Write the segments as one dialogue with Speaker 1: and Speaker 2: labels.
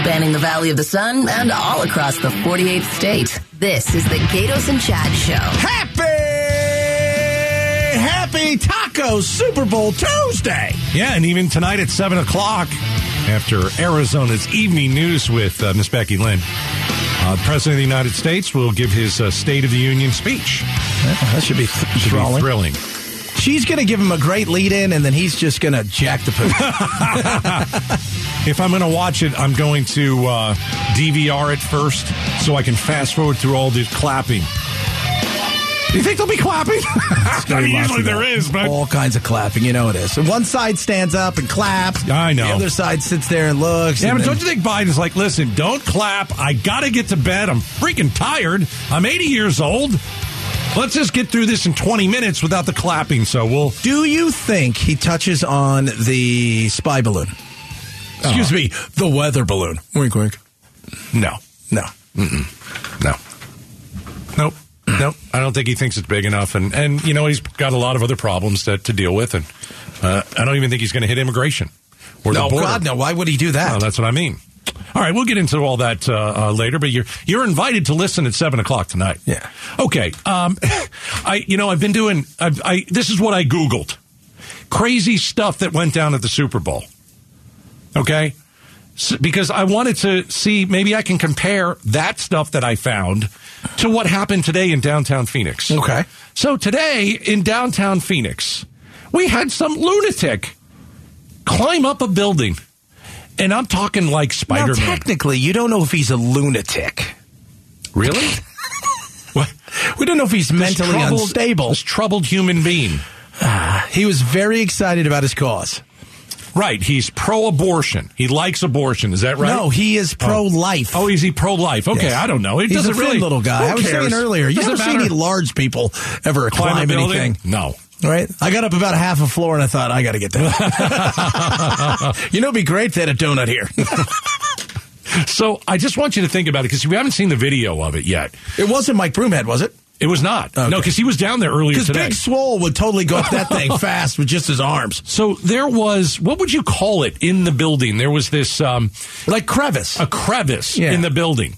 Speaker 1: spanning the Valley of the Sun and all across the 48th state. This is the Gatos and Chad Show.
Speaker 2: Happy, happy Taco Super Bowl Tuesday.
Speaker 3: Yeah, and even tonight at 7 o'clock, after Arizona's evening news with uh, Miss Becky Lynn, uh, the President of the United States will give his uh, State of the Union speech.
Speaker 2: that should be
Speaker 3: Oh, Should be
Speaker 2: thrilling.
Speaker 3: thrilling.
Speaker 2: She's going to give him a great lead in, and then he's just going to jack the poop.
Speaker 3: If I'm going to watch it, I'm going to uh, DVR it first so I can fast forward through all the clapping. Do you think there'll be clapping? I mean, usually there is, but
Speaker 2: all kinds of clapping. You know it is. And one side stands up and claps.
Speaker 3: I know.
Speaker 2: The other side sits there and looks.
Speaker 3: Yeah,
Speaker 2: and
Speaker 3: but
Speaker 2: then-
Speaker 3: don't you think Biden's like, listen, don't clap. I got to get to bed. I'm freaking tired. I'm 80 years old. Let's just get through this in 20 minutes without the clapping. So we'll.
Speaker 2: Do you think he touches on the spy balloon? Excuse
Speaker 3: Uh-huh.
Speaker 2: me, the weather balloon. Wink, wink.
Speaker 3: No.
Speaker 2: No.
Speaker 3: No. Nope. Nope. I don't think he thinks it's big enough. And, and you know, he's got a lot of other problems that, to deal with. And uh, I don't even think he's going to hit immigration or
Speaker 2: No,
Speaker 3: the border.
Speaker 2: God, no. Why would he do that?
Speaker 3: No, that's what I mean. All right, we'll get into all that uh, uh, later, but you're you're invited to listen at seven o'clock tonight.
Speaker 2: Yeah.
Speaker 3: Okay. Um, I you know I've been doing I've, I this is what I googled crazy stuff that went down at the Super Bowl. Okay, S because I wanted to see maybe I can compare that stuff that I found to what happened today in downtown Phoenix.
Speaker 2: Okay.
Speaker 3: So today in downtown Phoenix, we had some lunatic climb up a building. And I'm talking like Spider
Speaker 2: Now,
Speaker 3: Man.
Speaker 2: technically, you don't know if he's a lunatic.
Speaker 3: really? what?
Speaker 2: We don't know if he's mentally unstable.
Speaker 3: This troubled human being.
Speaker 2: He was very excited about his cause.
Speaker 3: Right. He's pro abortion. He likes abortion. Is that right?
Speaker 2: No, he is pro-life.
Speaker 3: Oh, is he pro life? Okay,
Speaker 2: Yes.
Speaker 3: I don't know. It
Speaker 2: he's
Speaker 3: doesn't
Speaker 2: a thin
Speaker 3: really.
Speaker 2: little guy.
Speaker 3: Who
Speaker 2: I was
Speaker 3: cares?
Speaker 2: saying earlier, you
Speaker 3: Doesn't
Speaker 2: don't see any
Speaker 3: matter.
Speaker 2: large people ever
Speaker 3: Climb a
Speaker 2: climb,
Speaker 3: building?
Speaker 2: anything.
Speaker 3: No.
Speaker 2: Right? I got up about half a floor and I thought, I got to get down. you know, it'd be great if they had a donut here.
Speaker 3: So I just want you to think about it because we haven't seen the video of it yet.
Speaker 2: it wasn't Mike Broomhead, was it?
Speaker 3: It was not. No,
Speaker 2: Okay.
Speaker 3: because he was down there earlier
Speaker 2: Because
Speaker 3: today.
Speaker 2: Big Swole would totally go up that thing fast with just his arms.
Speaker 3: so there was what would you call it in the building? There was this um,
Speaker 2: Like crevice.
Speaker 3: a crevice
Speaker 2: Yeah.
Speaker 3: in the building.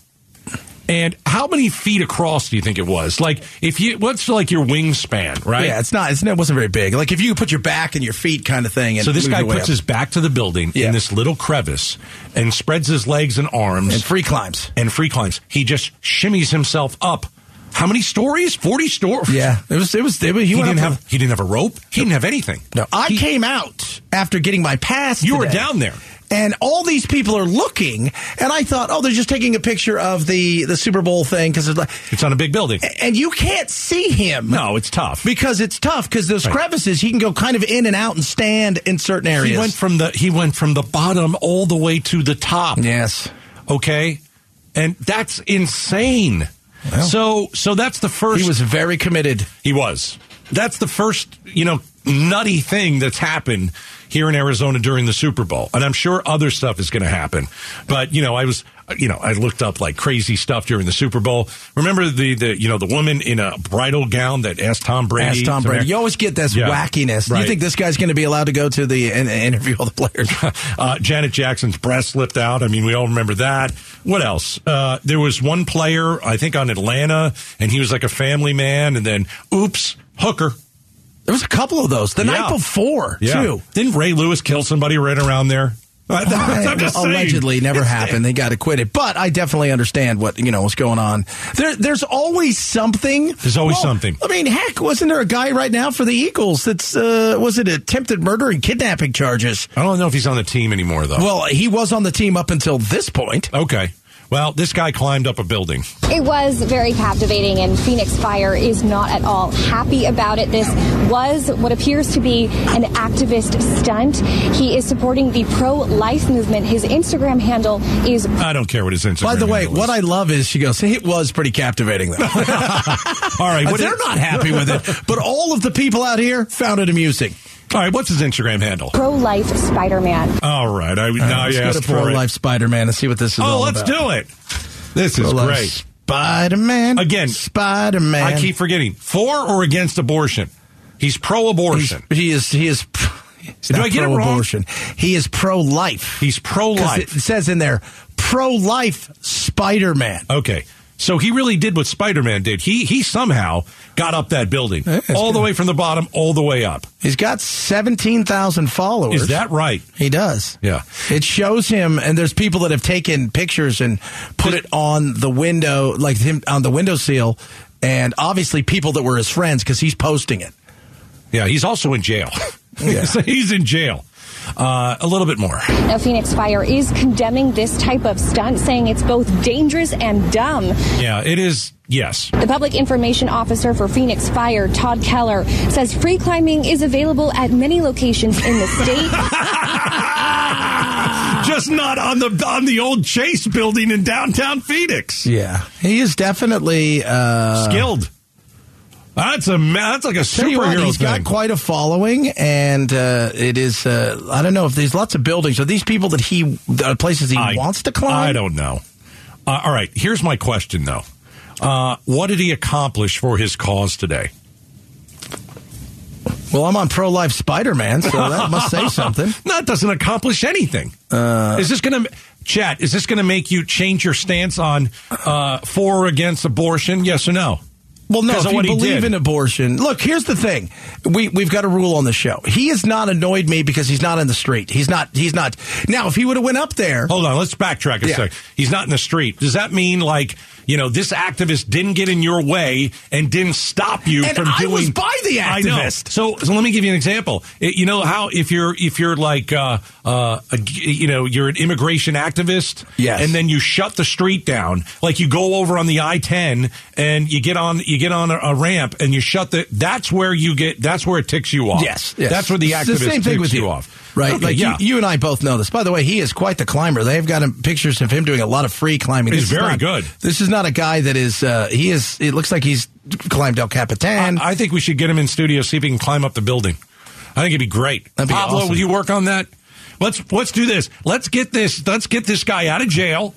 Speaker 3: And how many feet across do you think it was? Like if you what's like your wingspan, right?
Speaker 2: yeah, it's not, it's, it wasn't very big. Like if you put your back and your feet kind of thing. And
Speaker 3: So this
Speaker 2: move
Speaker 3: guy
Speaker 2: your way
Speaker 3: puts
Speaker 2: up.
Speaker 3: his back to the building
Speaker 2: Yeah.
Speaker 3: in this little crevice and spreads his legs and arms
Speaker 2: And free climbs.
Speaker 3: and free climbs. He just shimmies himself up. How many stories? Forty stories.
Speaker 2: Yeah. It was, it was, it was
Speaker 3: He,
Speaker 2: went
Speaker 3: didn't
Speaker 2: up-
Speaker 3: have he didn't have a rope. He didn't have anything.
Speaker 2: No, I came out after getting my pass.
Speaker 3: You were
Speaker 2: today.
Speaker 3: down there.
Speaker 2: and all these people are looking, and I thought, oh, they're just taking a picture of the the Super Bowl thing because it's like,
Speaker 3: It's on a big building.
Speaker 2: and you can't see him.
Speaker 3: No, it's tough.
Speaker 2: because it's tough because those
Speaker 3: Right.
Speaker 2: crevices he can go kind of in and out and stand in certain areas.
Speaker 3: He went from the he went from the bottom all the way to the top.
Speaker 2: yes,
Speaker 3: okay and that's insane
Speaker 2: Well.
Speaker 3: so so that's the first
Speaker 2: he was very committed.
Speaker 3: he was that's the first you know nutty thing that's happened here in Arizona during the Super Bowl and I'm sure other stuff is going to happen but you know I was you know I looked up like crazy stuff during the Super Bowl remember the the you know the woman in a bridal gown that asked Tom Brady
Speaker 2: Ask Tom
Speaker 3: to
Speaker 2: Brady.
Speaker 3: marry-
Speaker 2: You always get this
Speaker 3: Yeah.
Speaker 2: wackiness.
Speaker 3: Right.
Speaker 2: You think this guy's going to be allowed to go to the and, and interview all the players?
Speaker 3: uh, Janet Jackson's breast slipped out. I mean, we all remember that. What else? Uh, there was one player, I think, on Atlanta, and he was like a family man. And then, oops, hooker.
Speaker 2: there was a couple of those the night
Speaker 3: Yeah.
Speaker 2: before too.
Speaker 3: Didn't Ray Lewis kill somebody right around there? I- I'm just saying.
Speaker 2: allegedly never happened. They got acquitted, but I definitely understand what you know what's going on. There, there's always something.
Speaker 3: There's always something.
Speaker 2: I mean, heck, wasn't there a guy right now for the Eagles that's uh, was it attempted murder and kidnapping charges?
Speaker 3: I don't know if he's on the team anymore, though.
Speaker 2: Well, he was on the team up until this point.
Speaker 3: okay. Well, this guy climbed up a building.
Speaker 4: It was very captivating, and Phoenix Fire is not at all happy about it. This was what appears to be an activist stunt. He is supporting the pro life movement. His Instagram handle is
Speaker 3: I don't care what his Instagram.
Speaker 2: By the way,
Speaker 3: handle
Speaker 2: what
Speaker 3: is.
Speaker 2: I love is she goes, it was pretty captivating though.
Speaker 3: all right, what
Speaker 2: They're not happy with it, but all of the people out here found it amusing.
Speaker 3: All right, what's his Instagram handle?
Speaker 4: pro life Spider Man.
Speaker 3: All right, I now
Speaker 2: let's
Speaker 3: you
Speaker 2: go
Speaker 3: asked
Speaker 2: to
Speaker 3: for
Speaker 2: Pro
Speaker 3: it.
Speaker 2: Life Spider Man and see what this is.
Speaker 3: Oh, let's do it. This is
Speaker 2: uh,
Speaker 3: great.
Speaker 2: Spider Man
Speaker 3: Again,
Speaker 2: Spider Man.
Speaker 3: I keep forgetting for or against abortion. He's pro-abortion.
Speaker 2: He's- he is. He is. He's
Speaker 3: Do
Speaker 2: not
Speaker 3: I get it wrong?
Speaker 2: pro-abortion. He is pro-life.
Speaker 3: He's,
Speaker 2: Because
Speaker 3: pro-life.
Speaker 2: It says in there pro-life Spider-Man.
Speaker 3: Okay. So he really did what Spider Man did. He he somehow got up that building.
Speaker 2: Yeah, that's
Speaker 3: all the
Speaker 2: good.
Speaker 3: way from the bottom, all the way up.
Speaker 2: He's got 17,000 followers.
Speaker 3: Is that right?
Speaker 2: He does.
Speaker 3: Yeah.
Speaker 2: It shows him, and there's people that have taken pictures and put it on the window, like him on the windowsill, and obviously people that were his friends because he's posting it.
Speaker 3: Yeah, he's also in jail.
Speaker 2: Yeah.
Speaker 3: So he's in jail. Uh, a little bit more.
Speaker 4: Now, Phoenix Fire is condemning this type of stunt, saying it's both dangerous and dumb.
Speaker 3: Yeah, it is. Yes.
Speaker 4: The public information officer for Phoenix Fire, Todd Keller, says free climbing is available at many locations in the state.
Speaker 3: Just not on the on the old Chase building in downtown Phoenix.
Speaker 2: Yeah. He is definitely uh,
Speaker 3: Skilled. That's a ma- that's like a
Speaker 2: Tell you what,
Speaker 3: superhero
Speaker 2: he's
Speaker 3: thing.
Speaker 2: got quite a following, and uh, it is. Uh, I don't know if there's lots of buildings. Are these people that he uh, places he
Speaker 3: I-
Speaker 2: wants to climb?
Speaker 3: I don't know. Uh, all right, here's my question though. Uh, what did he accomplish for his cause today?
Speaker 2: Well, I'm on pro life Spider Man, so that must say something.
Speaker 3: No, it doesn't accomplish anything. is this going to, chat, is this going to make you change your stance on uh, for or against abortion? Yes or no?
Speaker 2: Well, no,
Speaker 3: 'Cause
Speaker 2: if
Speaker 3: of
Speaker 2: you
Speaker 3: what he
Speaker 2: believe
Speaker 3: did.
Speaker 2: in abortion, look. Here's the thing: we we've got a rule on the show. He has not annoyed me because he's not in the street. He's not. He's not. Now, if he would have went up there,
Speaker 3: Hold on, let's backtrack a
Speaker 2: Yeah.
Speaker 3: sec. He's not in the street. Does that mean, like, you know, this activist didn't get in your way and didn't stop you
Speaker 2: And
Speaker 3: from
Speaker 2: I
Speaker 3: doing?
Speaker 2: was by the
Speaker 3: I know.
Speaker 2: activist.
Speaker 3: So, so let me give you an example. It- you know how if you're if you're like uh, uh, a, you know you're an immigration activist,
Speaker 2: Yes.
Speaker 3: and then you shut the street down, like you go over on the I-10 and you get on you get on a, a ramp and you shut the. That's where you get. That's where it ticks you off.
Speaker 2: yes, yes.
Speaker 3: that's where the
Speaker 2: It's
Speaker 3: activist
Speaker 2: same thing
Speaker 3: ticks
Speaker 2: with
Speaker 3: you off.
Speaker 2: right?
Speaker 3: Okay,
Speaker 2: like
Speaker 3: yeah.
Speaker 2: you, you and I both know this. By the way, he is quite the climber. They've got him, pictures of him doing a lot of free climbing.
Speaker 3: He's
Speaker 2: This is
Speaker 3: very
Speaker 2: not-
Speaker 3: good.
Speaker 2: This is not a guy that is. Uh, he is. It looks like he's climbed El Capitan.
Speaker 3: I, I think we should get him in studio, see if he can climb up the building. I think it'd be great.
Speaker 2: That'd be
Speaker 3: Pablo,
Speaker 2: awesome.
Speaker 3: will you work on that? Let's let's do this. Let's get this. Let's get this guy out of jail.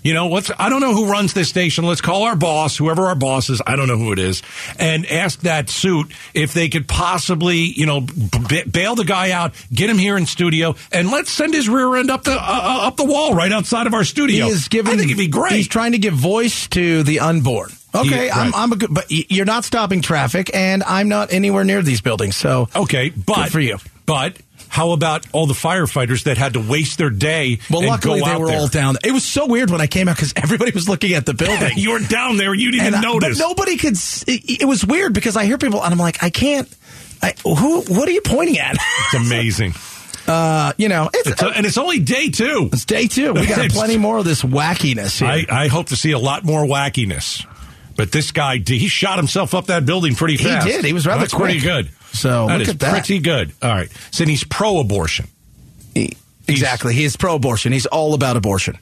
Speaker 3: You know, let's. I don't know who runs this station. Let's call our boss, whoever our boss is. I don't know who it is, and ask that suit if they could possibly, you know, b- b- bail the guy out, get him here in studio, and let's send his rear end up the uh, uh, up the wall right outside of our studio.
Speaker 2: He is giving.
Speaker 3: I think it'd be great.
Speaker 2: He's trying to give voice to the unborn. Okay,
Speaker 3: Yeah,
Speaker 2: I'm,
Speaker 3: right.
Speaker 2: I'm a good, but y- you're not stopping traffic, and I'm not anywhere near these buildings. So
Speaker 3: Okay, but
Speaker 2: Good for you.
Speaker 3: But how about all the firefighters that had to waste their day?
Speaker 2: Well,
Speaker 3: and
Speaker 2: luckily
Speaker 3: go
Speaker 2: they
Speaker 3: out
Speaker 2: were
Speaker 3: there?
Speaker 2: all down. It was so weird when I came out because everybody was looking at the building.
Speaker 3: You were down there. You didn't
Speaker 2: and I- but
Speaker 3: notice.
Speaker 2: nobody could. s- It, it was weird because I hear people, and I'm like, I can't. I, who? What are you pointing at?
Speaker 3: it's amazing.
Speaker 2: Uh, you know, it's,
Speaker 3: It's- and it's only day two.
Speaker 2: it's day two. We got plenty more of this wackiness here.
Speaker 3: I, I hope to see a lot more wackiness. But this guy, he shot himself up that building pretty
Speaker 2: He
Speaker 3: fast.
Speaker 2: did. He was rather
Speaker 3: That's pretty
Speaker 2: quick.
Speaker 3: good.
Speaker 2: So,
Speaker 3: that
Speaker 2: look
Speaker 3: is
Speaker 2: at that.
Speaker 3: pretty good. All right. So he's pro-abortion.
Speaker 2: He- exactly. He is pro-abortion. He's all about abortion,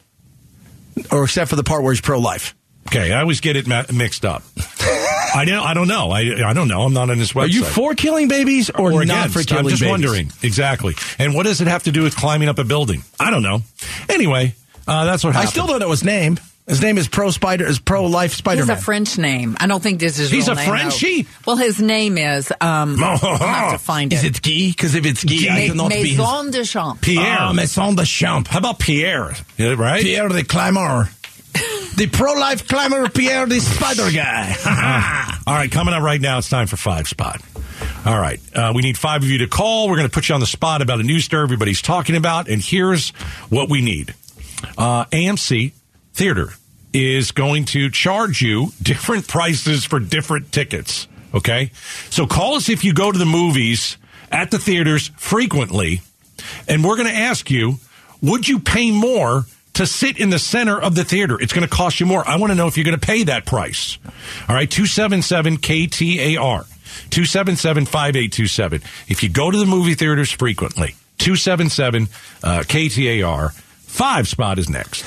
Speaker 2: or except for the part where he's pro-life.
Speaker 3: Okay, I always get it ma- mixed up. I don't. I don't know. I, I don't know. I'm not on his website.
Speaker 2: Are you for killing babies or,
Speaker 3: or
Speaker 2: not
Speaker 3: against.
Speaker 2: for killing
Speaker 3: I'm just
Speaker 2: babies?
Speaker 3: wondering exactly. And what does it have to do with climbing up a building? I don't know. Anyway, uh, that's what
Speaker 2: I
Speaker 3: happened.
Speaker 2: still don't know his name. His name is Pro Spider is Pro Life Spider
Speaker 5: He's a
Speaker 2: Man.
Speaker 5: French name. I don't think this is.
Speaker 3: He's
Speaker 5: real
Speaker 3: a
Speaker 5: name, though.
Speaker 3: Frenchie?
Speaker 5: Well, his name is. Um, I'll have to find
Speaker 2: Is
Speaker 5: it.
Speaker 2: it Guy? Because if it's Guy, I
Speaker 5: Ma-
Speaker 2: cannot be his.
Speaker 5: Maison de Champ.
Speaker 3: Pierre.
Speaker 2: Ah, Maison de Champ.
Speaker 3: How about Pierre? Yeah, right?
Speaker 2: Pierre the Climber. the pro life climber, Pierre the Spider Guy.
Speaker 3: Uh-huh. All right, coming up right now, it's time for Five Spot. All right, uh, we need five of you to call. We're going to put you on the spot about a news story everybody's talking about, and here's what we need uh, AMC Theater is going to charge you different prices for different tickets. Okay? So call us if you go to the movies at the theaters frequently, and we're going to ask you would you pay more to sit in the center of the theater. It's going to cost you more. I want to know if you're going to pay that price. All right, 277 KTAR, 277 5827. If you go to the movie theaters frequently, 277 uh, KTAR, five spot is next.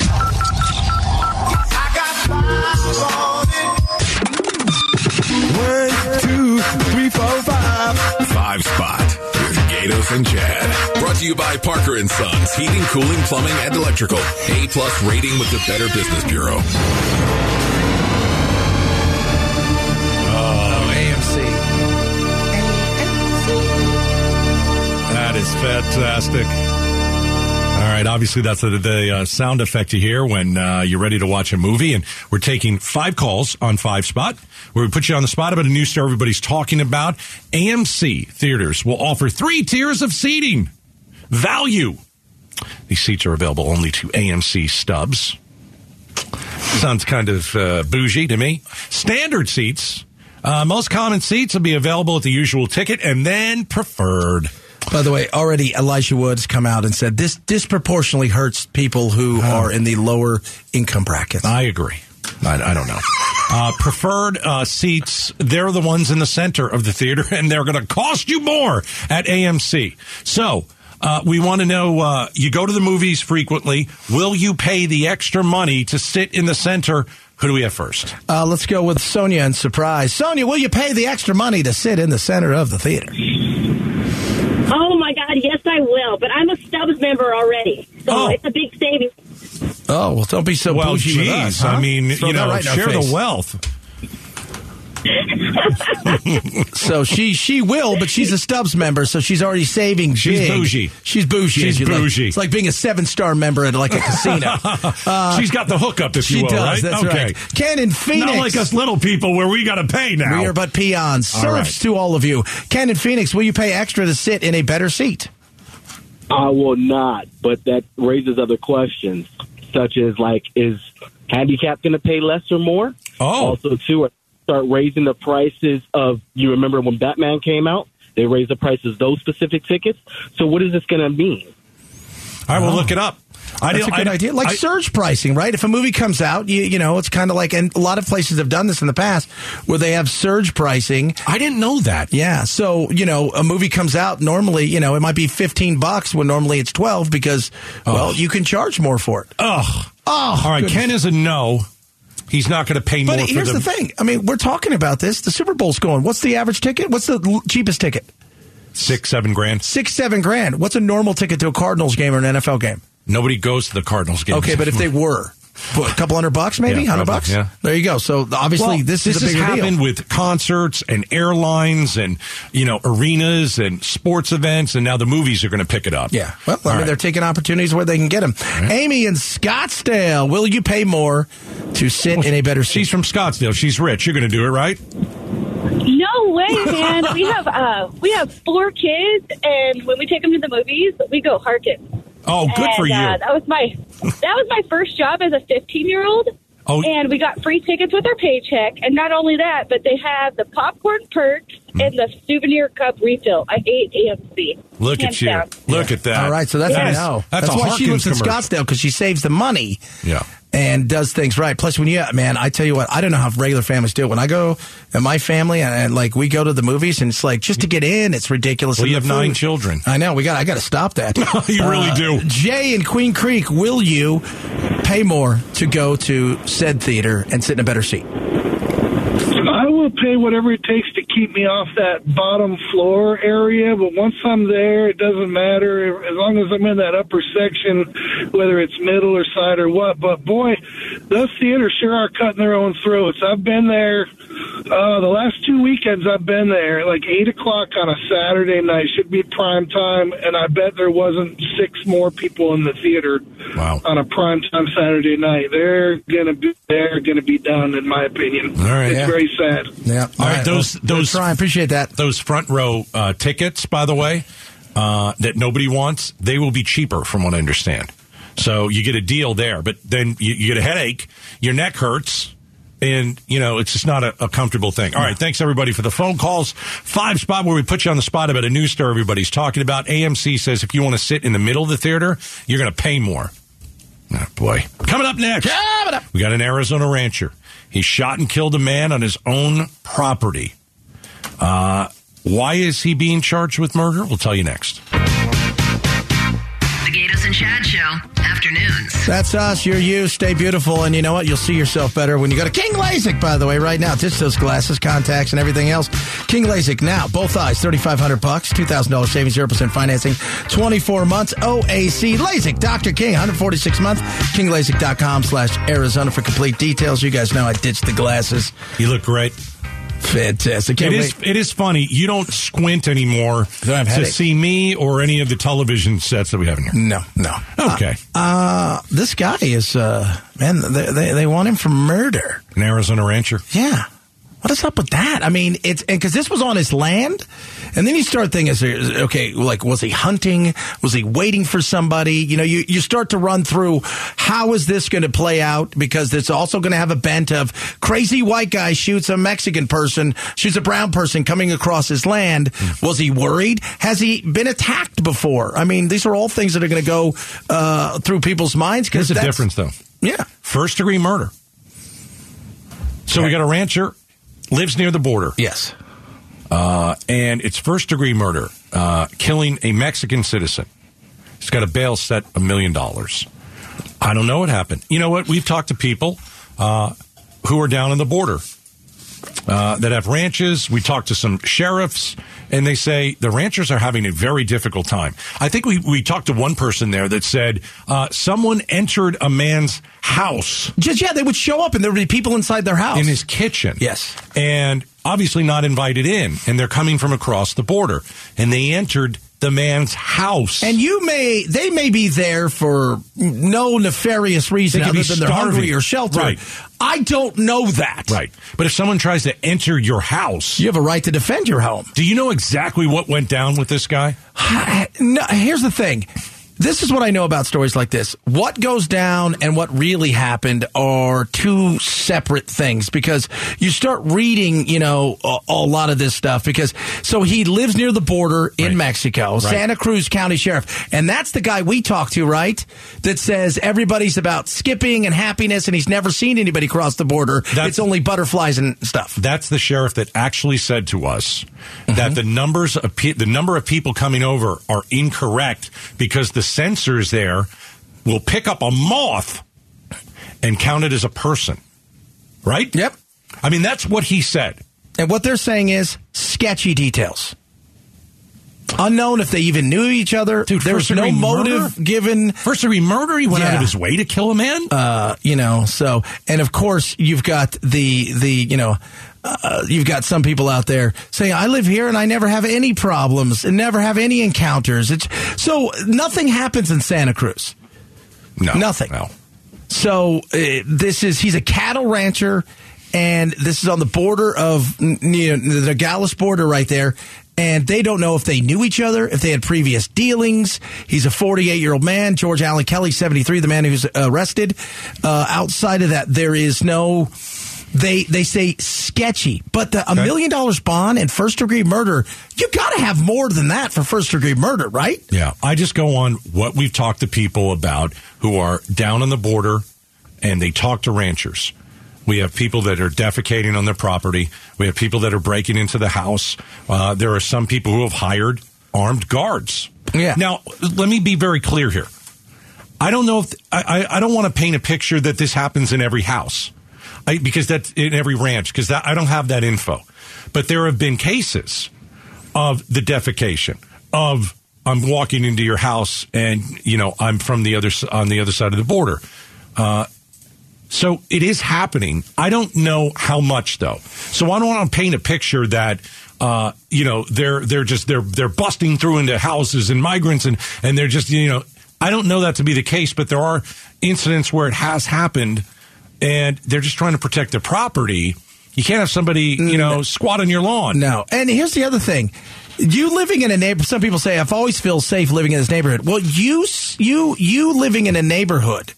Speaker 6: Five Spot with Gatos and Chad. Brought to you by Parker and Sons Heating, Cooling, Plumbing, and Electrical. A plus rating with the Better Business Bureau.
Speaker 2: AMC.
Speaker 3: That is fantastic. All right, obviously that's the, the uh, sound effect you hear when uh, you're ready to watch a movie, and we're taking five calls on Five Spot, where we put you on the spot about a new star everybody's talking about. AMC theaters will offer three tiers of seating. Value. These seats are available only to AMC stubs. Sounds kind of uh, bougie to me. Standard seats. Uh, most common seats will be available at the usual ticket, and then preferred.
Speaker 2: By the way, already Elisha Woods come out and said this disproportionately hurts people who are in the lower income brackets.
Speaker 3: I agree. I, I don't know. Uh, preferred uh, seats, they're the ones in the center of the theater, and they're going to cost you more at AMC. So uh, we want to know uh, you go to the movies frequently. Will you pay the extra money to sit in the center? Who do we have first?
Speaker 2: Uh, let's go with Sonia and surprise. Sonia, will you pay the extra money to sit in the center of the theater?
Speaker 7: Oh my God, yes, I will. But I'm a Stubbs member already, so
Speaker 3: Oh.
Speaker 7: it's a big savings.
Speaker 2: Oh well, don't be so
Speaker 3: well,
Speaker 2: bougie with
Speaker 3: geez,
Speaker 2: us, huh?
Speaker 3: I mean,
Speaker 2: Throw
Speaker 3: you
Speaker 2: that
Speaker 3: know,
Speaker 2: right in our
Speaker 3: share the
Speaker 2: face.
Speaker 3: wealth.
Speaker 2: So she she will, but she's a Stubbs member, so she's already saving.
Speaker 3: She's
Speaker 2: big.
Speaker 3: bougie.
Speaker 2: She's bougie.
Speaker 3: She's
Speaker 2: if you like.
Speaker 3: bougie.
Speaker 2: It's like being a seven star member at like a casino.
Speaker 3: She's got the hookup, if
Speaker 2: Uh, she
Speaker 3: you will,
Speaker 2: does.
Speaker 3: right?
Speaker 2: That's
Speaker 3: okay.
Speaker 2: right. Ken in Phoenix.
Speaker 3: Not like us little people where we got to pay now.
Speaker 2: We are but peons.
Speaker 3: All
Speaker 2: Serfs
Speaker 3: right.
Speaker 2: to all of you. Ken in Phoenix, will you pay extra to sit in a better seat?
Speaker 8: I will not, but that raises other questions, such as like, is handicap going to pay less or more?
Speaker 3: Oh.
Speaker 8: also too, start raising the prices of. You remember when Batman came out? They raised the prices of those specific tickets. So what is this going to mean?
Speaker 3: All right, we'll look it up. I
Speaker 2: That's a
Speaker 3: didn't-
Speaker 2: good
Speaker 3: I-
Speaker 2: idea. Like
Speaker 3: I-
Speaker 2: surge pricing, right? If a movie comes out, you, you know, it's kind of like, and a lot of places have done this in the past where they have surge pricing.
Speaker 3: I didn't know that.
Speaker 2: Yeah. So, you know, a movie comes out normally, you know, it might be 15 bucks when normally it's 12 because,
Speaker 3: Oh.
Speaker 2: well, you can charge more for it.
Speaker 3: Ugh.
Speaker 2: Oh,
Speaker 3: All right,
Speaker 2: goodness.
Speaker 3: Ken is a no. He's not going to pay
Speaker 2: But
Speaker 3: more for
Speaker 2: here's
Speaker 3: the,
Speaker 2: the thing. I mean, we're talking about this. The Super Bowl's going. What's the average ticket? What's the l- cheapest ticket?
Speaker 3: six, seven grand.
Speaker 2: Six, seven grand. What's a normal ticket to a Cardinals game or an NFL game?
Speaker 3: Nobody goes to the Cardinals game.
Speaker 2: Okay, but if they were, what, a couple hundred bucks, maybe
Speaker 3: Yeah,
Speaker 2: hundred
Speaker 3: probably,
Speaker 2: bucks.
Speaker 3: yeah.
Speaker 2: There you go. So obviously,
Speaker 3: Well,
Speaker 2: this is a
Speaker 3: has
Speaker 2: bigger
Speaker 3: happened
Speaker 2: deal.
Speaker 3: with concerts and airlines and you know arenas and sports events, and now the movies are going to pick it up.
Speaker 2: Yeah. Well, I
Speaker 3: All
Speaker 2: mean,
Speaker 3: right.
Speaker 2: they're taking opportunities where they can get them. Amy in Scottsdale, will you pay more to sit in a better seat?
Speaker 3: she's from Scottsdale. She's rich. You're going to do it, right?
Speaker 7: No way, man. we have uh, we have four kids, and when we take them to the movies, we go Harkin.
Speaker 3: Oh, good
Speaker 7: and,
Speaker 3: for you.
Speaker 7: Uh, that was my that was my first job as a 15 year old.
Speaker 3: Oh.
Speaker 7: And we got free tickets with our paycheck, and not only that, but they have the popcorn perks
Speaker 3: Hmm.
Speaker 7: and the souvenir cup refill. I hate AMC.
Speaker 3: Look
Speaker 7: Hands
Speaker 3: at you.
Speaker 7: down.
Speaker 3: Look at that.
Speaker 2: All right, so that's
Speaker 3: Yes.
Speaker 2: a no.
Speaker 3: That's,
Speaker 2: That's,
Speaker 3: a
Speaker 2: why she lives
Speaker 3: Harkins
Speaker 2: in
Speaker 3: commercial.
Speaker 2: Scottsdale because she saves the money.
Speaker 3: Yeah.
Speaker 2: And does things right. Plus, when you man, I tell you what, I don't know how regular families do it. When I go and my family and, and, like we go to the movies, and it's like just to get in, it's ridiculous.
Speaker 3: Well,
Speaker 2: And
Speaker 3: you
Speaker 2: the
Speaker 3: have nine
Speaker 2: food-
Speaker 3: children.
Speaker 2: I know we got. I got to stop that. Uh,
Speaker 3: You really do.
Speaker 2: Jay in Queen Creek, will you pay more to go to said theater and sit in a better seat?
Speaker 9: I will pay whatever it takes to keep me off that bottom floor area, but once I'm there, it doesn't matter as long as I'm in that upper section, whether it's middle or side or what. But boy, those theaters sure are cutting their own throats. I've been there uh, the last two weekends. I've been there like eight o'clock on a Saturday night should be prime time, and I bet there wasn't six more people in the theater
Speaker 3: Wow.
Speaker 9: on a prime time Saturday night. They're gonna be they're gonna be done, in my opinion.
Speaker 3: All right,
Speaker 9: it's
Speaker 3: yeah.
Speaker 9: very sad.
Speaker 2: Yeah.
Speaker 3: All right, those- those-
Speaker 2: I appreciate that.
Speaker 3: those front row uh, tickets, by the way, uh, that nobody wants, they will be cheaper, from what I understand. So you get a deal there, but then you, you get a headache, your neck hurts, and you know it's just not a, a comfortable thing. All right, thanks everybody for the phone calls. Five spot where we put you on the spot about a news story everybody's talking about. AMC says if you want to sit in the middle of the theater, you're going to pay more. Oh, boy, coming up next. We got an Arizona rancher. He shot and killed a man on his own property. Why is he being charged with murder? We'll tell you next.
Speaker 1: The Gatos and Chad Show, afternoons.
Speaker 2: That's us. You're you. Stay beautiful. And you know what? You'll see yourself better when you go to King LASIK, by the way, right now. Just those glasses, contacts, and everything else. King LASIK now. Both eyes, 3500 bucks, $2,000 savings, 0% financing, 24 months, OAC. LASIK, Dr. King, 146 month. KingLASIK.com slash Arizona for complete details. You guys know I ditched the glasses.
Speaker 3: You look great.
Speaker 2: Fantastic. Can't
Speaker 3: It is, it is funny. You don't squint anymore
Speaker 2: have
Speaker 3: to
Speaker 2: headache.
Speaker 3: see me or any of the television sets that we have in here.
Speaker 2: No, no.
Speaker 3: Okay.
Speaker 2: Uh, this guy is, uh, man, they, they, they want him for murder.
Speaker 3: An Arizona rancher.
Speaker 2: Yeah. What is up with that? I mean, it's because this was on his land, and then you start thinking, is there- is- okay, like was he hunting? Was he waiting for somebody? You know, you, you start to run through how is this going to play out because it's also going to have a bent of crazy white guy shoots a Mexican person, shoots a brown person coming across his land.
Speaker 3: Hmm.
Speaker 2: Was he worried? Has he been attacked before? I mean, these are all things that are going to go uh, through people's minds.
Speaker 3: Here's the
Speaker 2: that's-
Speaker 3: difference, though.
Speaker 2: Yeah,
Speaker 3: First degree murder. So we got a rancher, lives near the border,
Speaker 2: yes,
Speaker 3: uh, and it's first degree murder, uh, killing a Mexican citizen. He's got a bail set a million dollars. I don't know what happened. You know what? We've talked to people uh, who are down on the border uh, that have ranches. We talked to some sheriffs, and they say the ranchers are having a very difficult time. I think we, we talked to one person there that said uh, someone entered a man's house
Speaker 2: just yeah, they would show up and there would be people inside their house.
Speaker 3: in his kitchen.
Speaker 2: Yes.
Speaker 3: And obviously not invited in. And they're coming from across the border. And they entered the man's house.
Speaker 2: And you may, they may be there for no nefarious reason
Speaker 3: They could
Speaker 2: other
Speaker 3: be
Speaker 2: than they're
Speaker 3: starving.
Speaker 2: hungry or sheltered.
Speaker 3: Right.
Speaker 2: I don't know that.
Speaker 3: right. But if someone tries to enter your house,
Speaker 2: You have a right to defend your home.
Speaker 3: do you know exactly what went down with this guy?
Speaker 2: No, here's the thing. This is what I know about stories like this. What goes down and what really happened are two separate things because you start reading, you know, a, a lot of this stuff because so he lives near the border in
Speaker 3: Right.
Speaker 2: Mexico, Santa Cruz County Sheriff. And that's the guy we talked to, right? That says everybody's about skipping and happiness and he's never seen anybody cross the border.
Speaker 3: That's-
Speaker 2: it's only butterflies and stuff.
Speaker 3: That's the sheriff that actually said to us
Speaker 2: Mm-hmm.
Speaker 3: that the numbers of pe- the number of people coming over are incorrect because the sensors there will pick up a moth and count it as a person. Right?
Speaker 2: Yep.
Speaker 3: I mean, that's what he said.
Speaker 2: And what they're saying is sketchy details. Unknown if they even knew each other.
Speaker 3: Dude,
Speaker 2: there was no
Speaker 3: first-degree
Speaker 2: motive
Speaker 3: murder?
Speaker 2: given.
Speaker 3: First degree murder. He went out
Speaker 2: Yeah.
Speaker 3: of his way to kill a man.
Speaker 2: Uh, you know, so and of course you've got the the you know. Uh, you've got some people out there saying, "I live here and I never have any problems and never have any encounters." It's so nothing happens in Santa Cruz.
Speaker 3: no,
Speaker 2: nothing.
Speaker 3: No.
Speaker 2: So uh, this is he's a cattle rancher, and this is on the border of n- you know, the Nogales border right there. And they don't know if they knew each other, if they had previous dealings. He's a 48 year old man, George Allen Kelly, 73, the man who's arrested. Uh, outside of that, there is no. They they say sketchy, but the, a
Speaker 3: Okay.
Speaker 2: million dollars bond and first degree murder, you got to have more than that for first degree murder, right?
Speaker 3: Yeah, I just go on what we've talked to people about who are down on the border, and they talk to ranchers. We have people that are defecating on their property. We have people that are breaking into the house. Uh, there are some people who have hired armed guards.
Speaker 2: Yeah.
Speaker 3: Now, let me be very clear here. I don't know if I, I, I don't want to paint a picture that this happens in every house, I, because that's in every ranch, because that, I don't have that info. But there have been cases of the defecation of I'm walking into your house and you know I'm from the other s- on the other side of the border. Uh, so it is happening. I don't know how much though. So I don't want to paint a picture that uh, you know they're they're just they're they're busting through into houses and migrants and and they're just you know I don't know that to be the case, but there are incidents where it has happened, and they're just trying to protect their property. You can't have somebody you know squat on your lawn.
Speaker 2: No. And here's the other thing. You living in a neighbor. Some people say I've always feel safe living in this neighborhood. Well, you s- you you living in a neighborhood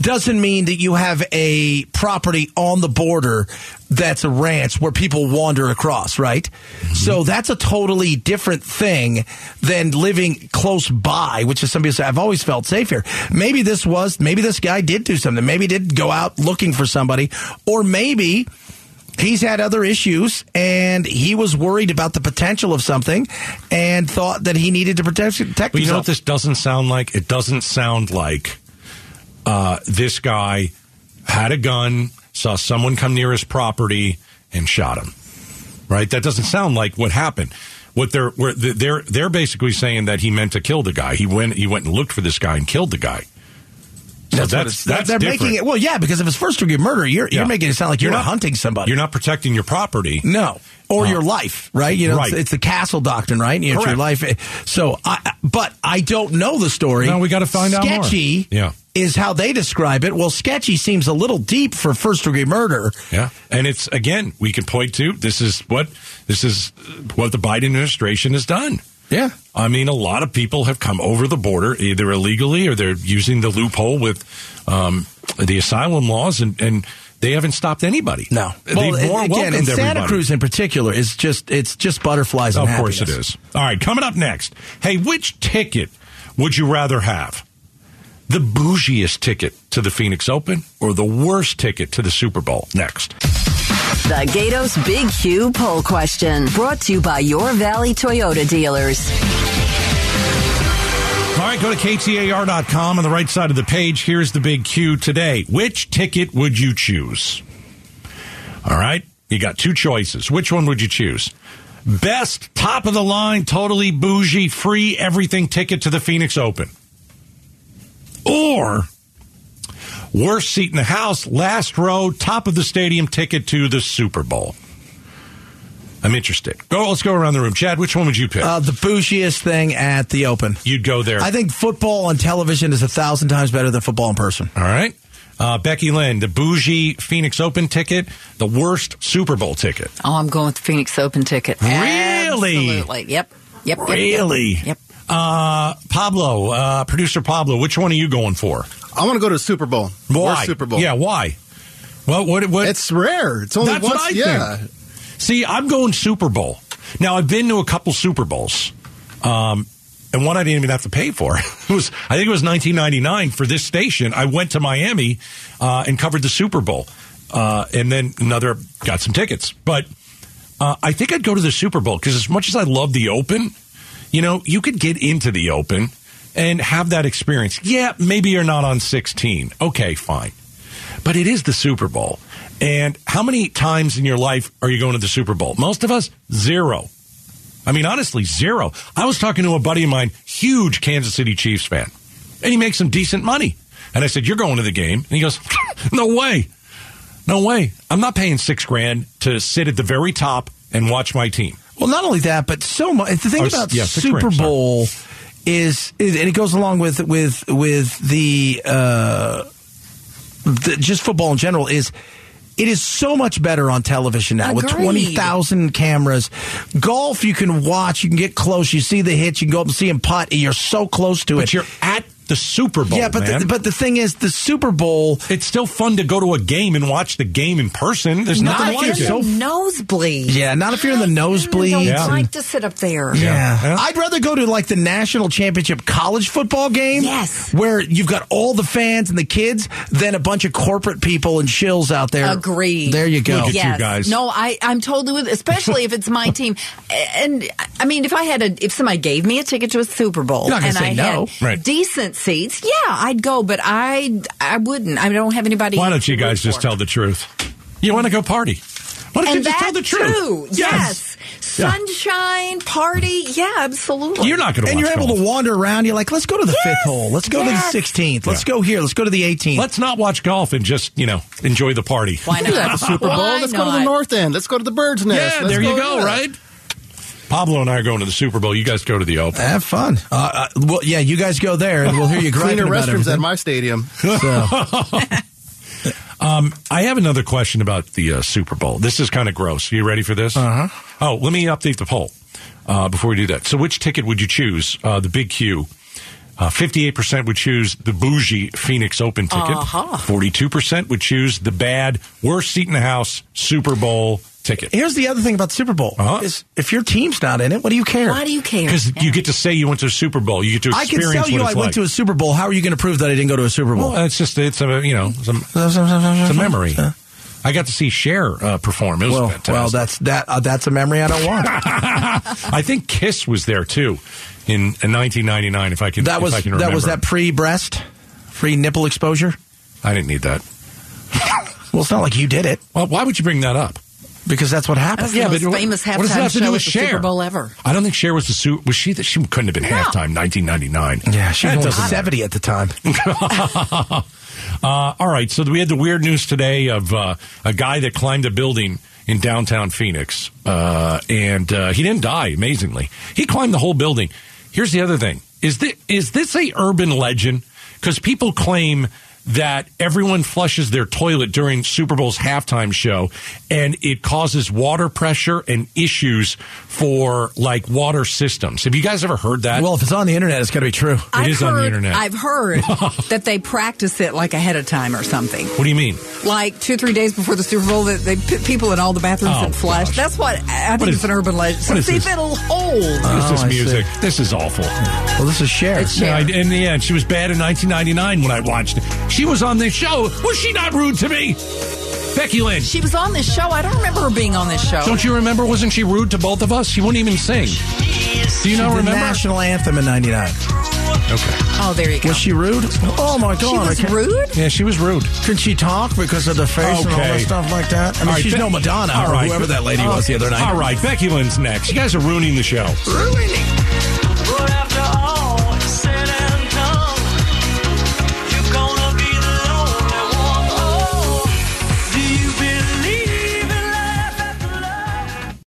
Speaker 2: doesn't mean that you have a property on the border that's a ranch where people wander across, right?
Speaker 3: Mm-hmm.
Speaker 2: So that's a totally different thing than living close by, which is somebody who say, I've always felt safe here. Maybe this was, maybe this guy did do something. Maybe he did go out looking for somebody, or maybe he's had other issues and he was worried about the potential of something and thought that he needed to protect, protect
Speaker 3: But you know
Speaker 2: himself.
Speaker 3: what this doesn't sound like? It doesn't sound like uh, this guy had a gun, saw someone come near his property, and shot him. Right? That doesn't sound like what happened. What they're where they're they're basically saying that he meant to kill the guy. He went he went and looked for this guy and killed the guy. So
Speaker 2: That's what
Speaker 3: that's
Speaker 2: it's- they're- they're making it. Well, yeah, because if it's first degree murder, you're
Speaker 3: Yeah.
Speaker 2: you're making it sound like you're,
Speaker 3: You're
Speaker 2: not
Speaker 3: not-
Speaker 2: hunting somebody.
Speaker 3: You're not protecting your property.
Speaker 2: No. Or your life, right? You know, it's,
Speaker 3: Right.
Speaker 2: it's the castle doctrine, right? You know, it's your life. So, I, but I don't know the story.
Speaker 3: No, we gotta find out more.
Speaker 2: Sketchy
Speaker 3: Yeah.
Speaker 2: is how they describe it. Well, sketchy seems a little deep for first degree murder.
Speaker 3: Yeah, and it's again we can point to this is what this is what the Biden administration has done.
Speaker 2: Yeah.
Speaker 3: I mean, a lot of people have come over the border either illegally or they're using the loophole with um, the asylum laws, and, and they haven't stopped anybody.
Speaker 2: No.
Speaker 3: they've
Speaker 2: Well,
Speaker 3: more
Speaker 2: and again,
Speaker 3: welcomed
Speaker 2: and Santa
Speaker 3: everybody.
Speaker 2: Cruz in particular is just it's just butterflies. And
Speaker 3: Of course it
Speaker 2: happiness.
Speaker 3: is. All right, coming up next. Hey, which ticket would you rather have? The bougiest ticket to the Phoenix Open or the worst ticket to the Super Bowl? Next.
Speaker 1: The Gatos Big Q poll question brought to you by your Valley Toyota dealers.
Speaker 3: All right, go to ktar.com on the right side of the page. Here's the big Q today. Which ticket would you choose? All right, you got two choices. Which one would you choose? Best top of the line, totally bougie, free everything ticket to the Phoenix Open. Or worst seat in the house, last row, top of the stadium ticket to the Super Bowl. I'm interested. Go, let's go around the room. Chad, which one would you pick?
Speaker 2: Uh, the bougiest thing at the Open.
Speaker 3: You'd go there.
Speaker 2: I think football on television is a thousand times better than football in person.
Speaker 3: All right. Uh, Becky Lynn, the bougie Phoenix Open ticket, the worst Super Bowl ticket.
Speaker 5: Oh, I'm going with the Phoenix Open ticket.
Speaker 3: Really?
Speaker 5: Absolutely. Yep. Yep. yep,
Speaker 3: Really?
Speaker 5: Yep. yep.
Speaker 3: Uh, Pablo, uh, producer Pablo, which one are you going for?
Speaker 10: I want to go to the Super Bowl.
Speaker 3: Why?
Speaker 10: Or Super Bowl.
Speaker 3: Yeah, why? Well, what? what
Speaker 10: It's rare. It's only
Speaker 3: that's
Speaker 10: once.
Speaker 3: what I
Speaker 10: yeah.
Speaker 3: think. See, I'm going Super Bowl. Now, I've been to a couple Super Bowls, um, and one I didn't even have to pay for. It was, I think it was 1999 for this station. I went to Miami uh, and covered the Super Bowl, uh, and then another got some tickets. But uh, I think I'd go to the Super Bowl because as much as I love the Open, you know, you could get into the Open and have that experience. Yeah, maybe you're not on 16. Okay, fine but it is the Super Bowl. And how many times in your life are you going to the Super Bowl? Most of us, zero. I mean, honestly, zero. I was talking to a buddy of mine, huge Kansas City Chiefs fan, and he makes some decent money. And I said, You're going to the game? And he goes, No way. No way. I'm not paying six grand to sit at the very top and watch my team.
Speaker 2: Well, not only that, but so much. The thing
Speaker 3: Or,
Speaker 2: about
Speaker 3: Oh, yeah, six
Speaker 2: Super
Speaker 3: rings, sorry.
Speaker 2: Bowl is, is, and it goes along with with with the, uh, the just football in general is. It is so much better on television now with
Speaker 5: Agreed.
Speaker 2: 20,000 cameras. Golf, you can watch, you can get close, you see the hits, you can go up and see him putt, and you're so close to
Speaker 3: But
Speaker 2: it.
Speaker 3: you're at the Super Bowl.
Speaker 2: yeah, but
Speaker 3: man.
Speaker 2: the, but the thing is, the Super Bowl,
Speaker 3: it's still fun to go to a game and watch the game in person. There's
Speaker 2: Not
Speaker 3: nothing
Speaker 2: if
Speaker 3: like
Speaker 2: you're
Speaker 3: it.
Speaker 2: so
Speaker 5: nosebleed.
Speaker 2: yeah, not if you're in the nosebleeds.
Speaker 5: I
Speaker 3: Yeah.
Speaker 5: don't like to sit up there.
Speaker 2: Yeah.
Speaker 3: Yeah.
Speaker 2: I'd rather go to like the national championship college football game.
Speaker 5: Yes.
Speaker 2: Where you've got all the fans and the kids than a bunch of corporate people and shills out there.
Speaker 5: Agreed.
Speaker 2: There you go.
Speaker 3: Look at you guys.
Speaker 5: No, I, I'm totally with, especially if it's my team. And I mean, if I had a, if somebody gave me a ticket to a Super Bowl
Speaker 2: You're not gonna
Speaker 5: and
Speaker 2: say
Speaker 5: I
Speaker 2: no.
Speaker 5: had
Speaker 3: Right.
Speaker 5: decent seats, yeah, I'd go. But I, I wouldn't. I don't have anybody.
Speaker 3: Why don't
Speaker 5: to
Speaker 3: you guys
Speaker 5: root
Speaker 3: just
Speaker 5: for.
Speaker 3: tell the truth? You want to go party? Why don't
Speaker 5: And
Speaker 3: you just tell the
Speaker 5: that
Speaker 3: truth?
Speaker 5: too. Yes. Sunshine party. Yeah, absolutely.
Speaker 3: You're not going to.
Speaker 2: And you're able to wander around. You're like, let's go to the
Speaker 5: Yes.
Speaker 2: fifth hole. Let's go
Speaker 5: Yes.
Speaker 2: to the 16th. Let's
Speaker 3: Yeah.
Speaker 2: go here. Let's go to the 18th.
Speaker 3: Let's not watch golf and just you know enjoy the party.
Speaker 5: Why
Speaker 10: We'll do that at
Speaker 5: not?
Speaker 10: the Super Bowl.
Speaker 5: Why
Speaker 10: Let's go to the
Speaker 5: not?
Speaker 10: North End. Let's go to the Bird's Nest.
Speaker 3: Yeah,
Speaker 10: Let's
Speaker 3: there you go.
Speaker 10: yeah.
Speaker 3: Right. Pablo and I are going to the Super Bowl. You guys go to the Open.
Speaker 2: have fun. Uh, uh, well, yeah, you guys go there and we'll hear you griping
Speaker 10: Cleaner
Speaker 2: about
Speaker 10: restrooms at
Speaker 2: everything.
Speaker 10: my stadium.
Speaker 3: I have another question about the uh, Super Bowl. This is kind of gross. You ready for this?
Speaker 2: Uh-huh.
Speaker 3: Uh huh. Oh, let me update the poll uh, before we do that. So, which ticket would you choose? Uh, the big Q. Uh, Fifty-eight percent would choose the bougie Phoenix Open ticket. 42 percent would choose the bad, worst seat in the house Super Bowl ticket
Speaker 2: Here's the other thing about Super Bowl
Speaker 3: Uh-huh.
Speaker 2: is if your team's not in it, what do you care?
Speaker 5: Why do you care?
Speaker 3: because you get to say you went to a Super Bowl. You get to
Speaker 2: I can
Speaker 3: experience
Speaker 2: tell you I
Speaker 3: what it's
Speaker 2: went
Speaker 3: like.
Speaker 2: to a Super Bowl. How are you going to prove that I didn't go to a Super Bowl?
Speaker 3: Well, it's just it's a you know some, it's a memory. I got to see Cher uh, perform. It was
Speaker 2: well,
Speaker 3: fantastic.
Speaker 2: well, that's that. Uh, that's a memory I don't want.
Speaker 3: I think Kiss was there too in, in 1999. If I can,
Speaker 2: That
Speaker 3: if
Speaker 2: was
Speaker 3: I can
Speaker 2: that was that
Speaker 3: remember.
Speaker 2: pre breast, free nipple exposure.
Speaker 3: I didn't need that.
Speaker 2: Well, it's not like you did it
Speaker 3: Well, why would you bring that up?
Speaker 2: because that's what happened.
Speaker 5: That's the most
Speaker 3: what-
Speaker 5: famous
Speaker 3: what does that
Speaker 5: halftime
Speaker 3: have to
Speaker 5: show
Speaker 3: do
Speaker 5: at
Speaker 3: with
Speaker 5: the
Speaker 3: Cher?
Speaker 5: Super Bowl ever.
Speaker 3: I don't think Cher was the su- was she that she couldn't have been halftime 1999.
Speaker 2: yeah, she
Speaker 3: That
Speaker 2: was only
Speaker 3: doesn't matter.
Speaker 2: seventy at the time.
Speaker 3: Uh, all right, so we had the weird news today of uh, a guy that climbed a building in downtown Phoenix, uh, and uh, he didn't die. Amazingly, he climbed the whole building. Here's the other thing: is this is this a urban legend? Because people claim that everyone flushes their toilet during Super Bowl's halftime show, and it causes water pressure and issues for like water systems. Have you guys ever heard that?
Speaker 2: Well, if it's on the internet, it's got to be true. It
Speaker 3: It is on the
Speaker 5: heard-
Speaker 3: internet.
Speaker 5: I've heard that they practice it like ahead of time or something.
Speaker 3: what do you mean?
Speaker 5: Like two, three days before the Super Bowl, that they put people in all the bathrooms
Speaker 3: Oh,
Speaker 5: and flush.
Speaker 3: gosh.
Speaker 5: That's what I I think
Speaker 3: What is-
Speaker 5: it's an urban legend.
Speaker 3: what is
Speaker 5: See,
Speaker 3: this? Uh.
Speaker 5: fiddle old.
Speaker 3: This
Speaker 2: Oh,
Speaker 3: is
Speaker 2: I
Speaker 3: music. This is awful.
Speaker 2: Well, this is Cher.
Speaker 5: It's
Speaker 3: Yeah,
Speaker 5: Cher.
Speaker 3: I- in the end, she was bad in 1999 when I watched it. She was on this show. Was she not rude to me? Becky Lynch.
Speaker 5: She was on this show. I don't remember her being on this show.
Speaker 3: Don't you remember? Wasn't she rude to both of us? She wouldn't even sing. Do
Speaker 2: She
Speaker 3: you not
Speaker 2: did
Speaker 3: remember?
Speaker 2: national anthem in '99.
Speaker 3: Okay.
Speaker 5: oh, there you go.
Speaker 2: Was she rude? Oh my God!
Speaker 5: She
Speaker 2: I
Speaker 5: was
Speaker 2: can't-
Speaker 5: rude?
Speaker 3: Yeah, she was rude.
Speaker 2: Could she talk because of the face and all that
Speaker 3: Okay.
Speaker 2: stuff like that? I mean,
Speaker 3: All right,
Speaker 2: she's
Speaker 3: Be-
Speaker 2: no Madonna
Speaker 3: All
Speaker 2: or
Speaker 3: right.
Speaker 2: whoever that lady was the other night.
Speaker 3: All right, Becky Lynn's next. You guys are ruining the show.
Speaker 2: Ruining.
Speaker 11: But after all Oh,